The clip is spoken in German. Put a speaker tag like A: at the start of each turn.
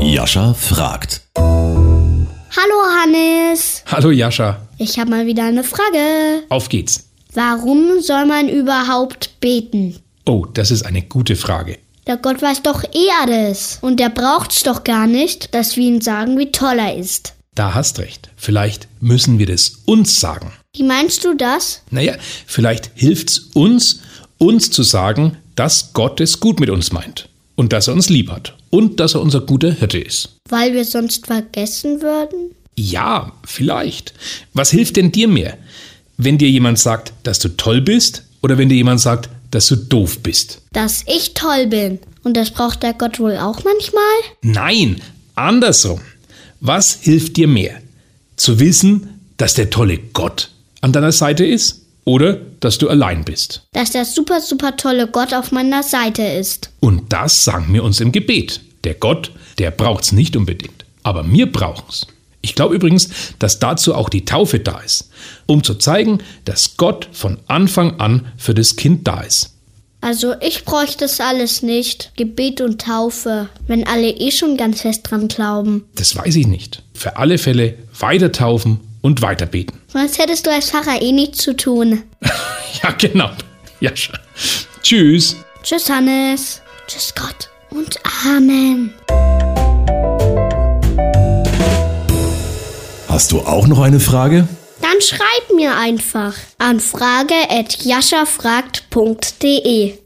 A: Jascha fragt.
B: Hallo Hannes,
C: Hallo Jascha,
B: ich habe mal wieder eine Frage.
C: auf geht's.
B: Warum soll man überhaupt beten?
C: Oh, das ist eine gute Frage.
B: Der Gott weiß doch eh alles und der braucht's doch gar nicht, dass wir ihm sagen, wie toll er ist.
C: Da hast recht. Vielleicht müssen wir das uns sagen.
B: Wie meinst du das?
C: Naja, vielleicht hilft's uns, uns zu sagen, dass Gott es gut mit uns meint. Und dass er uns lieb hat. Und dass er unser guter Hirte ist.
B: Weil wir sonst vergessen würden?
C: Ja, vielleicht. Was hilft denn dir mehr? Wenn dir jemand sagt, dass du toll bist? Oder wenn dir jemand sagt, dass du doof bist?
B: Dass ich toll bin. Und das braucht der Gott wohl auch manchmal?
C: Nein, andersrum. Was hilft dir mehr? Zu wissen, dass der tolle Gott an deiner Seite ist oder dass du allein bist?
B: Dass der super, super tolle Gott auf meiner Seite ist.
C: Und das sagen wir uns im Gebet. Der Gott, der braucht's nicht unbedingt, aber wir brauchen's. Ich glaube übrigens, dass dazu auch die Taufe da ist, um zu zeigen, dass Gott von Anfang an für das Kind da ist.
B: Also ich bräuchte das alles nicht. Gebet und Taufe. Wenn alle eh schon ganz fest dran glauben.
C: Das weiß ich nicht. Für alle Fälle weiter taufen und weiter beten.
B: Sonst hättest du als Pfarrer eh nichts zu tun.
C: Ja, genau. Jascha. Tschüss.
B: Tschüss, Hannes. Tschüss, Gott. Und Amen.
A: Hast du auch noch eine Frage?
B: Dann schreib mir einfach an frage.jaschafragt.de.